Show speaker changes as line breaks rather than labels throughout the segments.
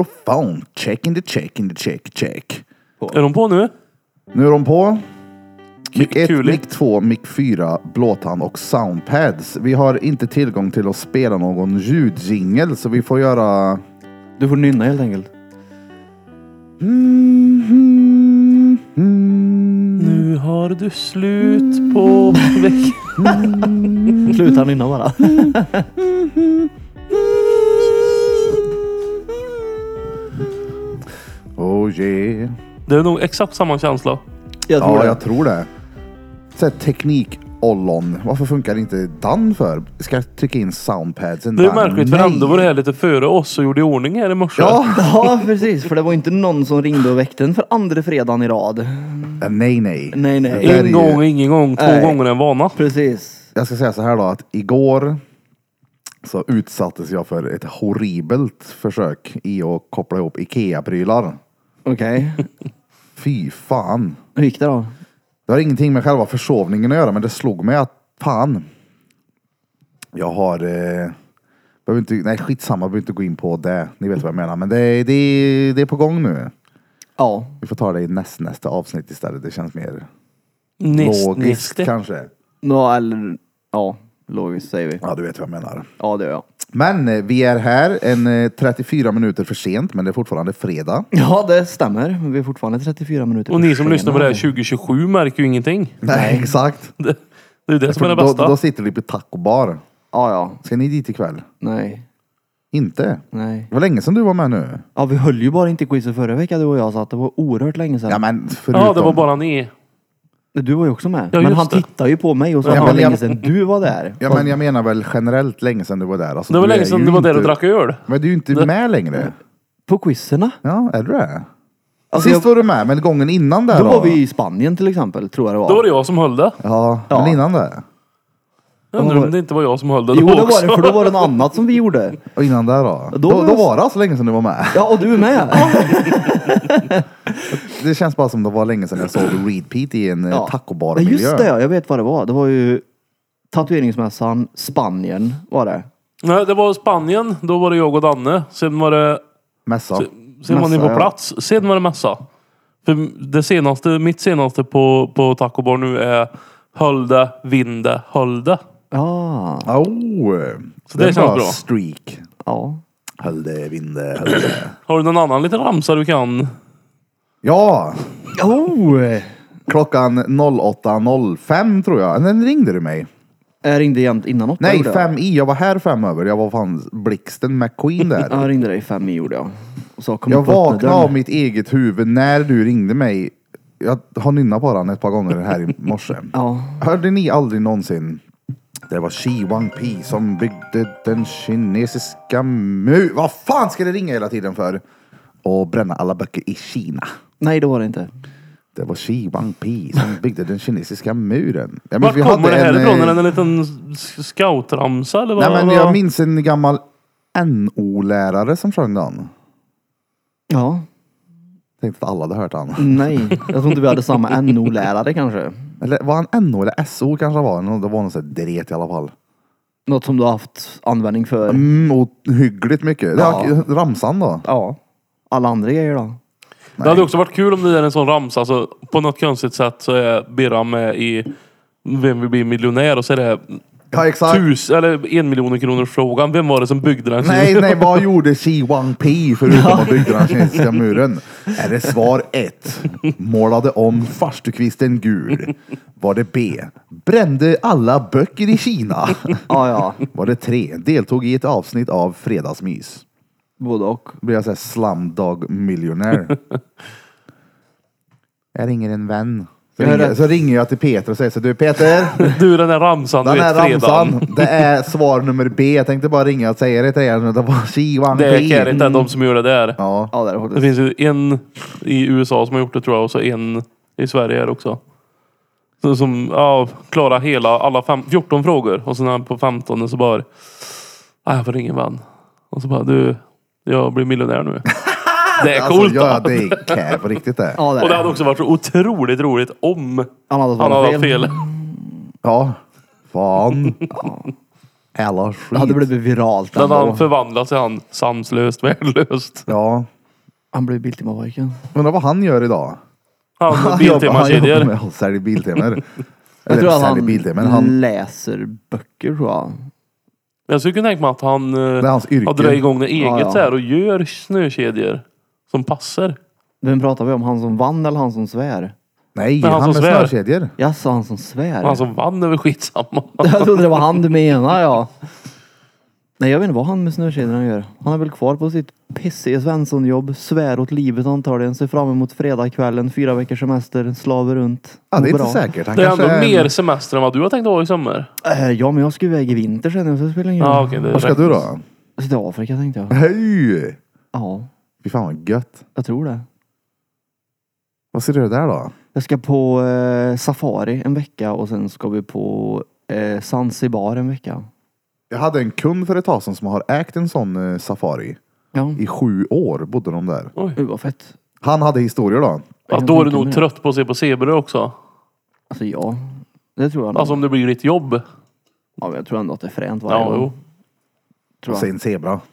Microphone, check in the check in the check check.
Är de på nu?
Nu är de på. Mic 1,
kuligt.
mic 2, mic 4, blåtand och soundpads. Vi har inte tillgång till att spela någon ljudjingel så vi får göra...
Du får nynna helt enkelt.
Nu har du slut på veckan.
Sluta nynna bara.
Oh yeah.
Det är nog exakt samma känsla.
Jag tror
Ja,
det.
jag tror det. Så här, teknik ollon. Varför funkar inte Dan för? Ska jag trycka in soundpadsen?
Det är ju
Dan?
märkligt för
Nej.
ändå var det här lite före oss och gjorde i ordning här i morse.
Ja.
Ja, precis. För det var inte någon som ringde och väckte en för andra fredagen i rad.
Äh, Nej, nej.
Nej, nej.
Det där är
En
ju-
gång, ingen gång, två
Nej.
gånger en vana.
Precis.
Jag ska säga så här då att igår så utsattes jag för ett horribelt försök i att koppla ihop Ikea-prylar.
Okej.
Fy fan.
Hur gick det då?
Det har ingenting med själva försovningen att göra, men det slog mig att fan. Jag har... Eh, behöver inte, nej, skitsamma. Behöver inte gå in på det. Ni vet vad jag menar. Men det, är- det, är- det är på gång nu.
Ja.
Vi får ta det i näst, nästa avsnitt istället. Det känns mer
Näst,
logiskt
näste.
kanske.
Nå, eller... Ja, logiskt säger vi.
Ja, du vet vad jag menar.
Ja, det gör jag.
Men eh, vi är här en eh, 34 minuter för sent, men det är fortfarande fredag.
Ja, det stämmer. Men Vi är fortfarande 34 minuter
Och ni som
försenade.
lyssnar på det här 2027 märker ju ingenting.
Nej, exakt.
Det, det är ju det som är det
Då, då
bästa.
sitter vi på tacobar.
Ja, ja.
Ska ni dit ikväll?
Nej.
Inte?
Nej.
Det var länge sedan du var med nu.
Ja, vi höll ju bara inte quizet förra veckan du och jag, så att det var oerhört länge sedan.
Ja, men förutom...
Ja, det var bara ni.
Du var ju också med.
Ja,
men
just
han
det.
tittade ju på mig och sa
Ja,
att det
men
var
jag-
länge sedan du var där.
Ja, men jag menar väl generellt länge sedan du var där. Alltså,
Det var
du är
länge sedan
ju
du var där och
inte-
drack öl.
Men du är ju inte med längre.
På quizerna.
Ja, är du det?
Alltså,
Sist
jag,
var du med, men gången innan där
då var vi i Spanien till exempel, tror jag det var.
Då var det jag som höll det.
Ja,
Ja.
men innan det.
Jag undrar om det inte var jag som höll det
Jo,
då
det var
också.
det, för då var det något annat som vi gjorde.
Och innan där då? Då,
Då
då,
var jag-
var det alltså länge sedan du var med.
Ja, och du med.
Det känns bara som det var länge sedan jag såg Reed Pete i en ja.
Ja.
tacobar
Ja, just det,
miljö.
ja, jag vet vad det var. Det var ju tatueringsmässan, Spanien var det.
Nej, det var Spanien. Då var det jag och Danne. Sen var det...
Mässa.
Sen var ni
Mässa,
på
ja.
plats. Sen var det mässa. För det senaste, mitt senaste på, på Taco Bar nu är höll det, vinn det, höll det.
Ja,
Oh,
Så det
är en
känns bra.
streak.
ja.
Höll det, vinde, höll det.
Har du någon annan liten ramsa du kan?
Ja,
Oh.
klockan 08.05 tror jag. Den ringde du mig.
Jag ringde jämt innan åtta.
Nej,
gjorde jag.
fem i. Jag var här fem över. Jag var fan blixten McQueen där.
Ja, jag ringde dig fem i gjorde jag. Och så kom
Jag
upp och öppnade
vaknade
dörren.
av mitt eget huvud när du ringde mig. Jag har nynnat på den ett par gånger här i morse.
Ja.
Hörde ni aldrig någonsin? Det var Xi Wangpi som byggde den kinesiska muren. Vad fan ska det ringa hela tiden för? Och bränna alla böcker i Kina.
Nej, det var det inte.
Det var Xi Wangpi som byggde den kinesiska muren. Ja, men
Vart
vi
kommer det
hade en,
här ifrån?
eh,
Är det en liten s- scoutramsa eller vad?
Nej men
vad-
jag minns en gammal NO-lärare som sjöng den.
Ja.
Tänkte att alla hade hört han.
Nej, jag tror inte vi hade samma NO-lärare kanske.
Eller var han NO eller SO kanske han var? Nå- Det var någon sån där dret i alla fall.
Något som du har haft användning för.
Mm, ohyggligt mycket. Ja.
Ja.
ramsan då?
Ja. Alla andra grejer då?
Det hade också varit kul om det där är en sån ramsa. Alltså, på något konstigt sätt så är Birram med i Vem vill bli miljonär? Och så är det
Ja exakt.
tus, eller en miljoner kronor frågan. Vem var det som byggde den?
Nej, nej, vad gjorde Xi Wangpi förutom att bygga den kinesiska muren? Är det svar 1? Målade om farstukvisten gul. Var det B? Brände alla böcker i Kina.
Ja, ja.
Var det 3? Deltog i ett avsnitt av Fredagsmys.
Både och.
Då blir jag såhär slumdog millionaire. Jag ringer en vän. Så
Jag är
ringer,
rätt.
så ringer jag till Peter och säger så du Peter,
Du den där ramsan,
den
du
här
vet fredagen.
ramsan, det är svar nummer B. Jag tänkte bara ringa och säga det till er nu. Det var Xi Wangpi.
Det är Kerit, det är de som gör det där.
Ja.
Ja, det är det
Det
faktiskt.
finns ju en i USA som har gjort det tror jag och så en i Sverige här också. Så som ja, klarar hela, alla fem, 14 frågor och sen på 15 så bara... "Ah, jag får ringa en vän. Och så bara du, jag blir miljonär nu. Det är
Alltså,
coolt.
ja, det är cab på riktigt det.
Ja, det
Och
är
det hade
det.
också varit så otroligt roligt om
Han
han
hade svarat
hade
fel.
haft fel.
Ja. Fan. Alla skit.
Det hade blivit viralt
Där han
ändå.
förvandlas till han sanslöst värdelöst.
Ja.
Han blev Biltemapojken.
Undrar vad han gör idag?
Han
Han jobbar
biltemakedjor.
med och säljer biltemor.
Jag
Eller
tror att
säljer
han Mm.
biltemor. Han,
läser böcker tror jag.
Jag skulle kunna tänka mig att han
det är
eh,
hans
har dragit
yrke.
igång det eget
Ja, ja.
så här och gör snökedjor som passar.
Vem pratar vi om? Han som vann eller han som svär?
Nej,
Men han
han,
som
med
svär.
snökedjor.
Jaså, han som svär?
Han som vann över skitsamma.
Jag trodde det var han du menade ja. Nej jag vet inte vad han med snökedjorna gör. Han är väl kvar på sitt pissiga Svensson-jobb. Svär åt livet antagligen. Ser fram emot fredagskvällen, fyra veckors semester, slaver runt.
Ja, det är
Mår
inte
bra.
säkert. Han
Det är
kanske
ändå mer semester än vad du har tänkt ha i sommar.
Eh, Ja men jag ska iväg i vinter sen så det spelar ingen
Ja,
roll.
okej. det
Var ska
räknas.
du då?
Sydafrika tänkte jag.
Hej!
Ja,
Fy fan vad gött.
jag tror det.
Vad ser du där då?
Jag ska på eh, safari en vecka och sen ska vi på eh, Zanzibar en vecka.
Jag hade en kund för ett tag sedan som har ägt en sån eh, safari.
Ja,
I sju år bodde de där.
Oj.
gud vad fett.
Han hade historier då.
Ja,
Jag
då är du
tänker
nog
mig.
trött på att se på zebror också.
Alltså ja, det tror jag nog.
Alltså om det blir ditt jobb.
ja, men jag tror ändå att det är fränt varje
Ja,
gång.
jo.
Tror jag.
Och sen zebra.
Alltså,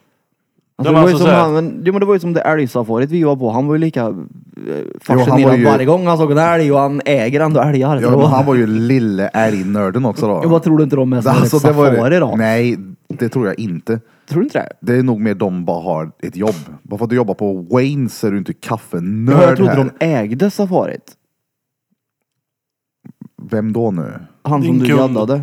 Ja,
det,
men
var ju
alltså
som
så här-
han, men, jo, men det var ju som det älgsafariet vi var på. Han var ju lika eh, fascinerad
var ju-
varje gång han såg en älg och han äger ändå älgar.
Ja,
så
men
då-
han var ju lille älgnörden också då.
Ja, Vad tror du inte de är som alltså,
det var-
safari då?
Nej, det tror jag inte.
Tror du inte det?
Det är nog mer de bara har ett jobb. Bara för att du jobbar på Waynes så är du inte kaffenörd
Jag, jag trodde
här.
de ägde safariet.
Vem då nu?
Han
Din
som du
kund.
gaddade.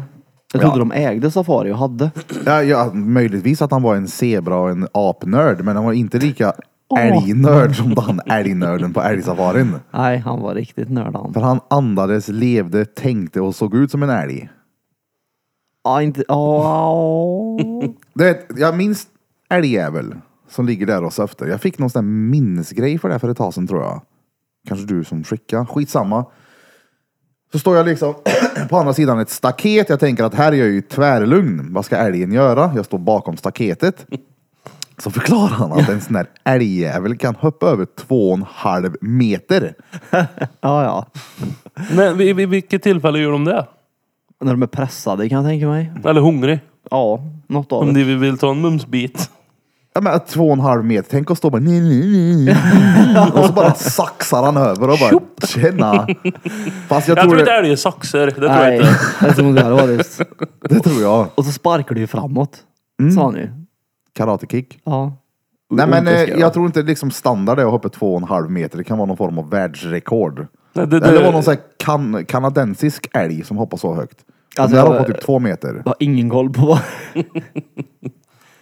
Jag trodde
Ja.
de ägde safari och hade.
Ja, ja, möjligtvis att han var en zebra och en apnörd, men han var inte lika älgnörd som den älgnörden på älgsafarin.
Nej, han var riktigt nörd han.
För han andades, levde, tänkte och såg ut som en älg.
Ja, inte... Oh.
Du vet, jag minns älgjävel som ligger där och söfter. Jag fick någon sån där minnesgrej för det här för ett tag sedan tror jag. Kanske du som skickade. Skitsamma. Så står jag liksom på andra sidan ett staket. Jag tänker att här är jag ju tvärlugn. Vad ska älgen göra? Jag står bakom staketet. Så förklarar han att en sån där älgjävel kan hoppa över två och en halv meter.
ja, ja.
Men vid, vid vilket tillfälle gör de det?
När de är pressade kan jag tänka mig.
Eller hungrig?
Ja, något av
Om
det.
ni vill ta en mumsbit.
Ja, men att två och en halv meter. Tänk att stå och bara... "Nej, nej, nej, nej." Och så bara saxar han över och bara... Tjena! Fast jag,
Jag tror
tror
inte
det,
älg är saxer. Det tror jag
Nej,
inte.
jag tror inte det hade varit.
det tror jag.
Och så sparkar du ju framåt.
Mm.
Sa han ju.
Karatekick.
Ja.
Nej men
Ont det
eh,
ska
jag tror inte liksom standard är att hoppa två och en halv meter. Det kan vara någon form av världsrekord.
Nej, det,
Eller det var
det,
någon sån här kan, kanadensisk älg som hoppar så högt.
Alltså,
Alltså, den
jag-
hoppar typ två meter.
Jag har ingen koll på vad...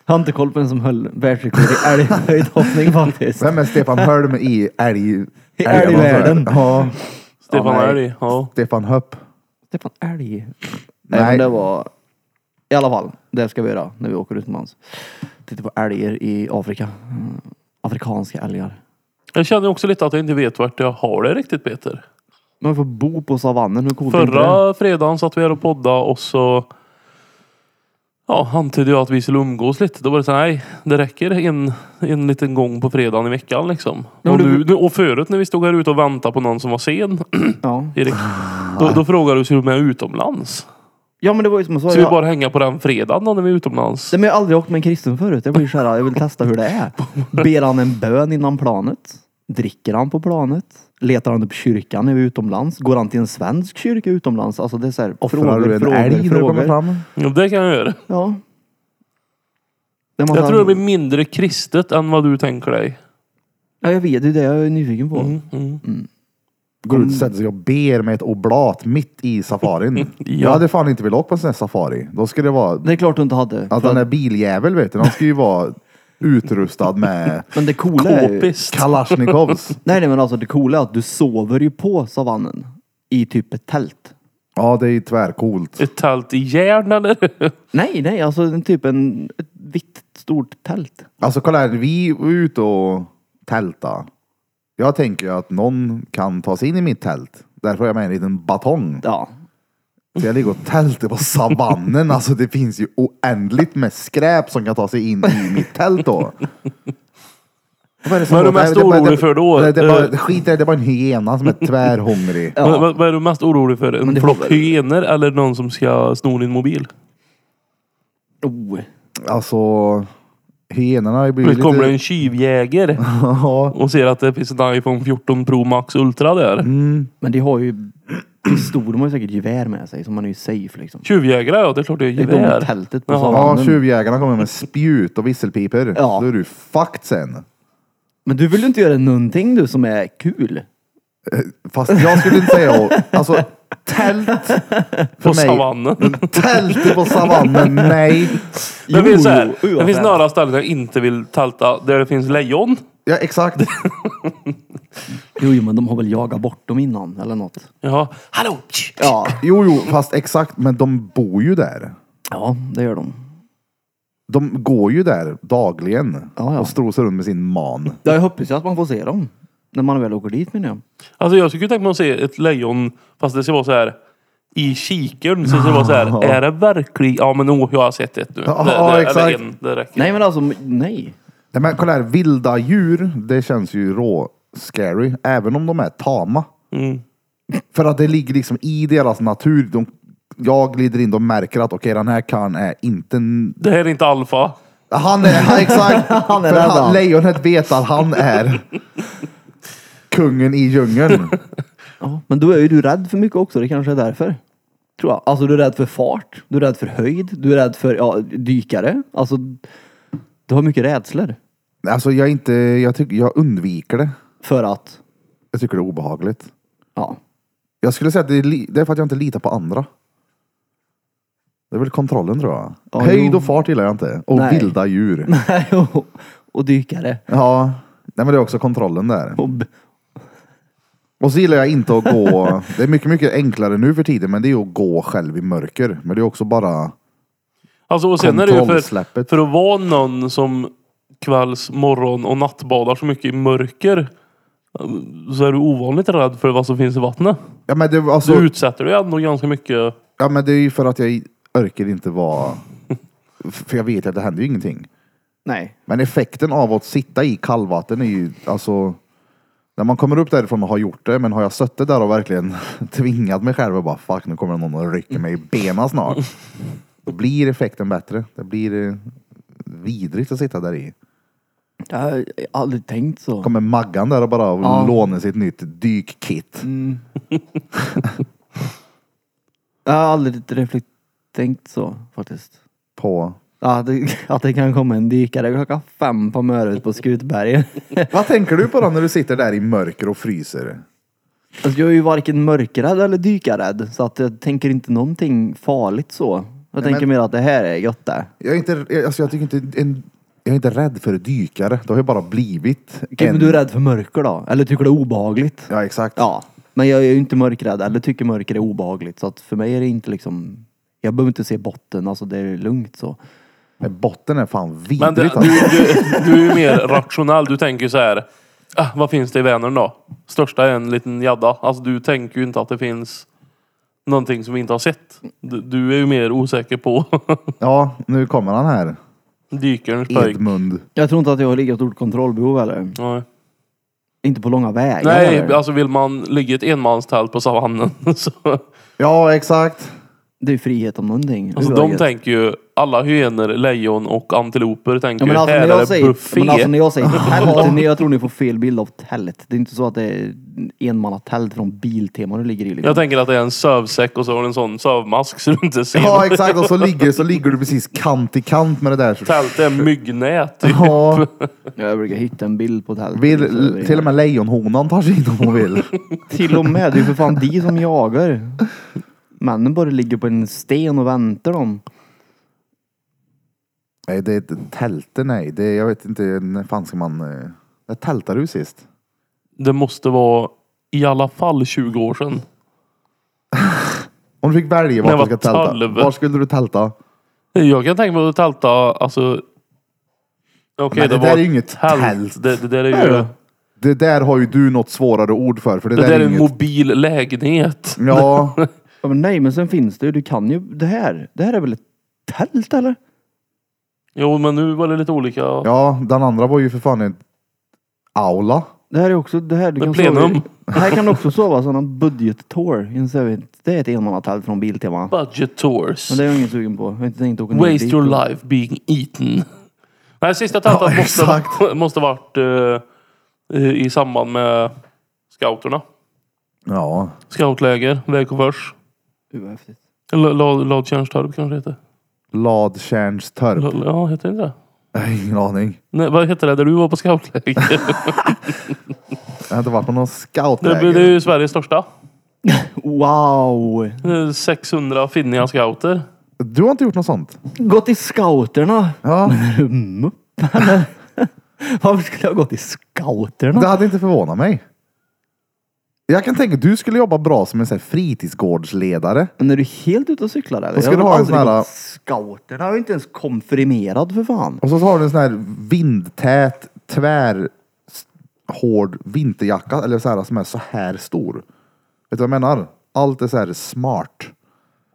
jag har inte koll på den som höll världsrekord i älghöjdhoppning faktiskt.
Vem är Stefan Hölm i älg...
I
älgarna?
älgvärlden.
Ja,
Stefan
Ja, nej.
Älg. Ja.
Stefan Höpp.
Stefan Älg. Nej,
Nej.
men det var... I alla fall, det ska vi göra när vi åker utomlands. Titta på älgar i Afrika. Mm. Afrikanska älgar.
Jag känner också lite att jag inte vet vart jag har det riktigt Peter.
Man får bo på savannen, hur coolt är inte det?
Förra fredagen satt vi här och poddade och så ja, antydde jag att vi skulle umgås lite. Då var det så här, nej det räcker en, en liten gång på fredagen i veckan liksom.
men
och,
du-
nu, nu, och förut när vi stod här ute och väntade på någon som var sen,
Ja.
Erik,
Ah.
då, då frågade du skulle du med utomlands.
ja, men det var ju som jag sa.
Ska vi
Jag,
bara hänga på den fredagen då när vi är utomlands?
Nej, men jag har aldrig åkt med en kristen förut. Jag blir så här, jag vill testa hur det är. Ber han en bön innan planet? Dricker han på planet? Letar han upp kyrkan när vi är utomlands? Går han till en svensk kyrka utomlands? Alltså det är så här,
Offrar du en älg när du kommer fram?
Ja, det kan jag göra.
Ja. Det måste
Jag
han-
tror det blir mindre kristet än vad du tänker dig.
Ja, jag vet. Det är det jag är nyfiken på.
Mm, mm.
Går ut
Mm.
och sätter sig och ber med ett oblat mitt i safarin. Jag hade fan inte velat åka på en sån här safari. Då skulle det vara...
Det är klart du inte hade.
Alltså
för
den
att-
där biljäveln vet du, han ska ju vara utrustad med
men det coola är ju...
Kåpist.
kalasjnikovs.
Nej, nej, men alltså det coola är att du sover ju på savannen. I typ ett tält.
Ja, det är ju tvärcoolt.
Ett tält i järn eller?
Nej, nej, alltså en typ en, ett vitt stort tält.
Alltså kolla här, vi var ute och tälta. Jag tänker ju att någon kan ta sig in i mitt tält. Därför har jag med en liten batong.
Ja,
Så jag ligger och tältar på savannen. Alltså det finns ju oändligt med skräp som kan ta sig in i mitt tält då. Vad är det som
Vad är du
låter?
mest
Det är bara-
orolig för då?
Det, det, är
Eh.
bara, skit i det, det är bara en hyena som är tvärhungrig.
Ja.
Vad, vad- vad är du mest orolig för?
Men
En
det
flock
var väl-
hyenor eller någon som ska sno din mobil?
Oh.
Alltså, hyenorna blir
Plötsligt kommer det
lite...
en tjuvjägare
Ja,
och ser att det finns en iPhone 14 Pro Max Ultra där.
Men de har ju pistol, de har ju säkert gevär med sig så man är ju safe liksom.
Tjuvjägare ja, det är klart det är
Det är de i
gevär.
tältet på
Jaha.
ja
savannen.
tjuvjägarna kommer med spjut och visselpipor.
Ja.
Då är du fucked sen.
Men du vill ju inte göra någonting du som är kul.
Fast jag skulle inte säga... Alltså, tält för
På
mig.
savannen.
Tält på savannen, nej.
Det finns, så här,
jo,
det finns
jo.
några ställen jag inte vill tälta där det finns lejon.
Ja, exakt.
Jo, jo, men de har väl jagat bort dem innan eller något.
Ja. Hallå! tsch,
Ja,
Jo, jo, fast exakt. Men de bor ju där.
ja det gör de.
De går ju där dagligen
Ja, ja.
och strosar runt med sin man.
Ja, Jag hoppas ju att man får se dem. När man väl åker dit menar jag.
Alltså jag skulle tänka mig att se ett lejon fast det ska vara så här i kikern så ska det vara så här. Är det verkligen? Ja men oh, jag har sett ett nu.
Ja,
det, det, eller
exakt.
en, det räcker.
Nej men alltså, nej.
Nej, men kolla här, vilda djur, det känns ju rå scary. Även om de är tama.
Mm.
För att det ligger liksom i deras natur. De, jag glider in, de märker att okej, den här karln är inte... en-
Det här är inte alfa.
Han är, han, exakt!
Han är
För
rädd, han.
lejonet vet att han är kungen i djungeln.
Ja, men då är ju du rädd för mycket också, det kanske är därför. Tror jag. Alltså du är rädd för fart, du är rädd för höjd, du är rädd för ja, dykare. Alltså, du har mycket rädslor.
Alltså jag är inte, jag, tycker, jag undviker det.
För att,
Jag tycker det är obehagligt.
ja.
Jag skulle säga att det är, li- det är för att jag inte litar på andra. Det är väl kontrollen tror jag.
Ja,
Höjd
jo.
och fart gillar jag inte. Och
Nej.
vilda djur.
och, och dykare.
Ja, nej men det är också kontrollen där.
Och, b-
Och så gillar jag inte att gå, det är mycket, mycket enklare nu för tiden, men det är att gå själv i mörker. Men det är också bara
Alltså och sen är det ju för,
kontrollsläppet.
för att vara någon som kvälls, morgon och nattbadar så mycket i mörker. Så är du ovanligt rädd för vad som finns i vattnet.
Ja men, det,
Så
alltså,
utsätter du dig ändå ganska mycket.
ja men det är ju för att jag orkar inte vara, för jag vet ju att det händer ju ingenting.
nej.
Men effekten av att sitta i kallvatten är ju, alltså, när man kommer upp därifrån och har gjort det, men har jag suttit där och verkligen tvingat mig själv och bara fuck, nu kommer någon och rycker mig i benen snart. Då blir effekten bättre. Det blir eh, vidrigt att sitta där i.
Jag har aldrig tänkt så.
Kommer Maggan där och bara
Ja.
lånar sitt nytt dykkit.
Mm. Jag har aldrig reflekt- tänkt så faktiskt.
På...
Ja, det, att det kan komma en dykare klockan fem på Mörut på Skutberget.
Vad tänker du på då när du sitter där i mörker och fryser?
Alltså, jag är ju varken mörkrädd eller dykarrädd så att jag tänker inte någonting farligt så. Jag tänker mer att det här är gött det.
Jag är inte, jag- alltså jag tycker inte, en, jag är inte rädd för dykare. Det har ju bara blivit
Okej,
en...
Men du är rädd för mörker då? Eller tycker det är obehagligt?
Ja, exakt.
Ja, men jag är ju inte mörkrädd eller tycker mörker är obehagligt så att för mig är det inte liksom jag behöver inte se botten, alltså det är lugnt så.
Men botten är fan vidrigt
Men det,
alltså.
du, du, du är ju mer rationell. Du tänker så här. Ah, vad finns det i Vänern då? Största är en liten gädda. Alltså du tänker ju inte att det finns någonting som vi inte har sett. Du, du är ju mer osäker på
Ja, nu kommer han här.
dykarens pojk.
Edmund.
Jag tror inte att jag har lika stort kontrollbehov eller
Nej,
inte på långa vägar.
Nej
eller.
alltså vill man ligga i ett enmanstält på savannen så...
Ja, exakt.
Det är frihet om någonting.
Alltså
Hur är
de
det?
tänker ju, alla hyenor, lejon och antiloper tänker ju,
Ja, men alltså,
här
när
är
jag,
det
säger,
buffé.
men alltså när jag säger tält, ni- jag tror ni får fel bild av tält. Det är inte så att det är enmannatält från Biltema du ligger i. Liksom.
Jag tänker att det är en sövsäck och så har du en sån sövmask så du inte ser.
Ja,
Ja,
exakt. Och så ligger, så ligger du precis kant i kant med det där. Så...
Tält är myggnät. Typ.
Ja,
Jag brukar hitta en bild på tält.
vill, till och med lejonhonan tar sig in om hon vill.
Till och med, det är ju för fan de som jagar. Männen bara ligger på en sten och väntar dem.
Nej, det är ett tält. Nej, det, är- jag vet inte. När fan ska man... eh, När tältade du sist?
Det måste vara i alla fall 20 år sedan.
Om du fick välja
När
vart
jag
du ska
var
tälta.
tolv.
Var skulle du tälta?
Jag kan tänka mig att tälta, alltså... Okej,
Men det där är
var
ju inget
tält.
tält.
Det, det där är ju...
Det där har ju du något svårare ord för. För det,
Det
där är
en
inget...
mobil lägenhet.
Ja,
Ja, men nej, men sen finns det ju, du kan ju, det här, det här är väl ett tält eller?
Jo, men nu var det lite olika.
ja, den andra var ju för fan en aula.
Det här är också... Det här, du
Med
kan sova i-
plenum.
det här kan du också sova sådana budget-tour. inser vi. Det är ett enmannatällt från Biltema.
Budget tours.
Men det är jag ingen sugen på. Jag har inte tänkt åka ner
Waste
dit
your
och-
life being eaten. Nej, sista tältet
Ja,
måste,
exakt.
måste varit eh, i i samband med scouterna.
Ja,
Scoutläger, Vägkofors.
Gud, vad häftigt.
Eller La- Ladtjärnstorp kanske det heter.
Ladtjärnstorp.
La- Ja, heter det inte det?
Nej, Ingen aning.
Nej, vad heter det där du var på scoutläger?
Jag har inte varit på någon
det, blir- det
scoutläger.
är ju Sveriges största.
Wow!
Det är 600 finniga scouter.
Du har inte gjort något sånt?
Gått i scouterna.
Ja,
Mupp, eller? Varför skulle jag ha gått i scouterna?
det hade inte förvånat mig. Jag kan tänka, du skulle jobba bra som en sån här fritidsgårdsledare.
Men är du helt ute och cyklar eller?
Då ska
jag
du
har
ha en
aldrig
sån här-
gått Scouterna, jag är inte ens konfirmerad för fan.
Och så har du en sån här vindtät, tvär, s- hård vinterjacka. Eller så här, som är så här stor. Vet du vad jag menar? Allt är så här smart.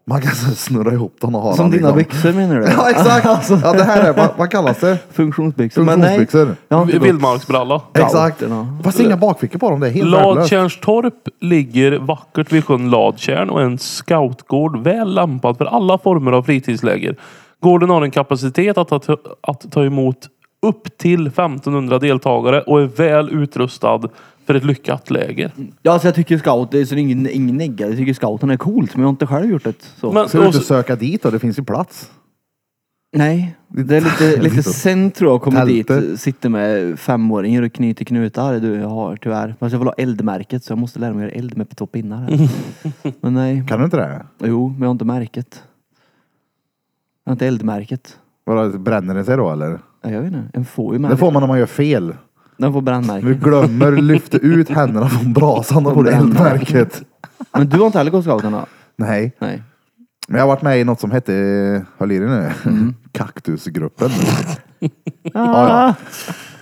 Man kan så här snurra ihop den och ha
Som
den.
dina
liksom.
byxor Alltså. menar du?
Ja, exakt. Ja, det här är, vad, vad kallas det?
Funktionsbyxor. Men nej,
Funktionsbyxor.
jag har inte gått
Vildmarksbralla.
Exakt.
scouterna.
Fast inga bakfickor på dem. Det är helt värdelöst.
Ladtjärnstorp ligger vackert vid sjön Ladtjärn och är en scoutgård väl lämpad för alla former av fritidsläger. Gården har en kapacitet att, att, att ta emot upp till 1500 deltagare och är väl utrustad för ett lyckat läger.
Mm.
Ja, alltså jag tycker scout, det är så det är ingen, ingen negga. Jag tycker scouten är coolt, men jag har inte själv gjort det. Så.
Men,
Ska du
och,
inte söka dit då? Det finns ju plats.
Nej, det är lite, lite sen tror jag kommer
Tälte.
dit. Sitter med femåringar och knyter knutar. Du, jag har tyvärr. Fast jag vill ha eldmärket så jag måste lära mig göra eld med två pinnar. Här. Men nej,
Kan du inte det?
jo, men jag har inte märket. Jag har inte eldmärket.
Vadå, bränner den sig då eller?
Ja, Jag vet inte, en får ju
Det
märket.
får man om man gör fel.
Den får
Vi
brännmärket.
glömmer lyfta ut händerna från brasan och får eldmärket.
Men du har inte heller gått scouterna?
Nej.
Nej.
Men jag har varit med i något som hette, höll i dig nu, kaktusgruppen.
Ah,
ja.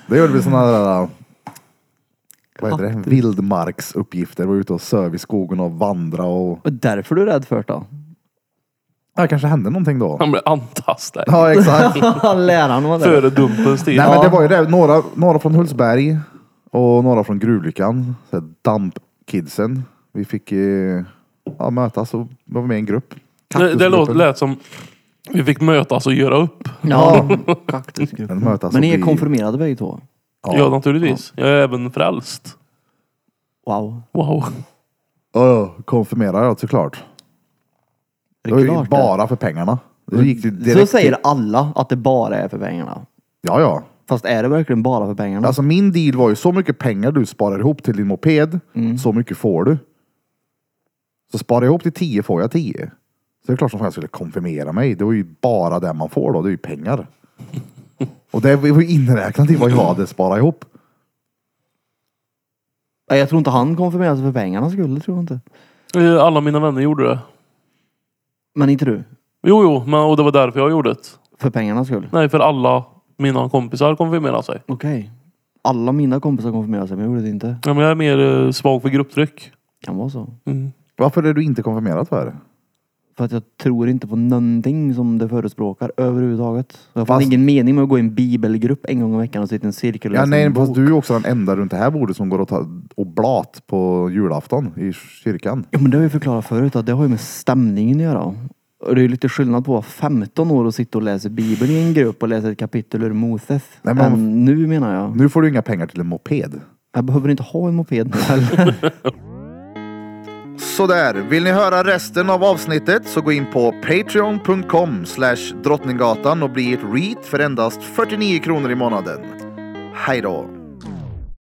Det gjorde vi sådana där, vad heter det, vildmarksuppgifter. Var ute och söv i skogen och vandra och,
Och därför du är rädd för det då?
ja kanske hände någonting då.
han blev antastad.
Ja exakt.
Läraren var där.
Före dumpens tid.
Nej men det var ju det, några, några från Hultsberg och några från gruvlyckan. Så här Dampkidsen. Vi fick eh, ja, mötas och var med i en grupp.
det det låt,
Kaktusgruppen.
lät som vi fick mötas och göra upp.
Ja.
Men
Kaktusgruppen.
mötas
Mm. Men
och
ni är
bli-
konfirmerade bägge två?
Ja,
Ja.
naturligtvis. Jag är även frälst.
Wow.
Wow.
Ja, ja, konfirmerade jag såklart.
Är
Det var
det
ju
klart det?
bara för pengarna. Det gick ju direkt
Så säger
till-
alla att det bara är för pengarna.
Ja, ja.
Fast är det verkligen bara för pengarna?
Alltså min deal var ju så mycket pengar du sparar ihop till din moped,
Mm.
Mm. så mycket får du. Så sparar jag ihop till 10 får jag 10. Så det är klart som fan jag skulle konfirmera mig. Det var ju bara det man får då, det är ju pengar. Och det var ju inräknat i vad jag hade sparat ihop.
Nej, Jag tror inte han konfirmerade sig för pengarnas skull, det tror jag inte.
Eh, Alla mina vänner gjorde det.
Men inte du?
Jo, jo, men, och det var därför jag gjorde det.
För pengarnas skull?
Nej, för alla mina kompisar konfirmerar sig.
Okej. Alla mina kompisar konfirmerade sig, men jag gjorde det inte.
Ja, men jag är mer eh, svag för grupptryck.
Kan vara så.
Mm.
Varför är du inte konfirmerad för?
För att jag tror inte på någonting som det förespråkar överhuvudtaget. Jag har fan
Fast-
ingen mening med att gå i en bibelgrupp en gång i veckan och sitta i en cirkel och
Ja,
läsa
nej,
en
fast
bok.
du är ju också den enda runt det här bordet som går och, ta, och blat på julafton i kyrkan.
Ja, men det har jag ju förklarat förut att det har ju med stämningen att göra. Och det är ju lite skillnad på att vara 15 år och sitta och läsa bibeln i en grupp och läsa ett kapitel ur Moses.
Nej,
Nej,
men-
men... Nu menar jag.
Nu får du inga pengar till en moped.
Jag behöver inte ha en moped nu heller.
Sådär, vill ni höra resten av avsnittet så gå in på patreon.com slash drottninggatan och bli ett reat för endast 49 kronor i månaden. Hej då!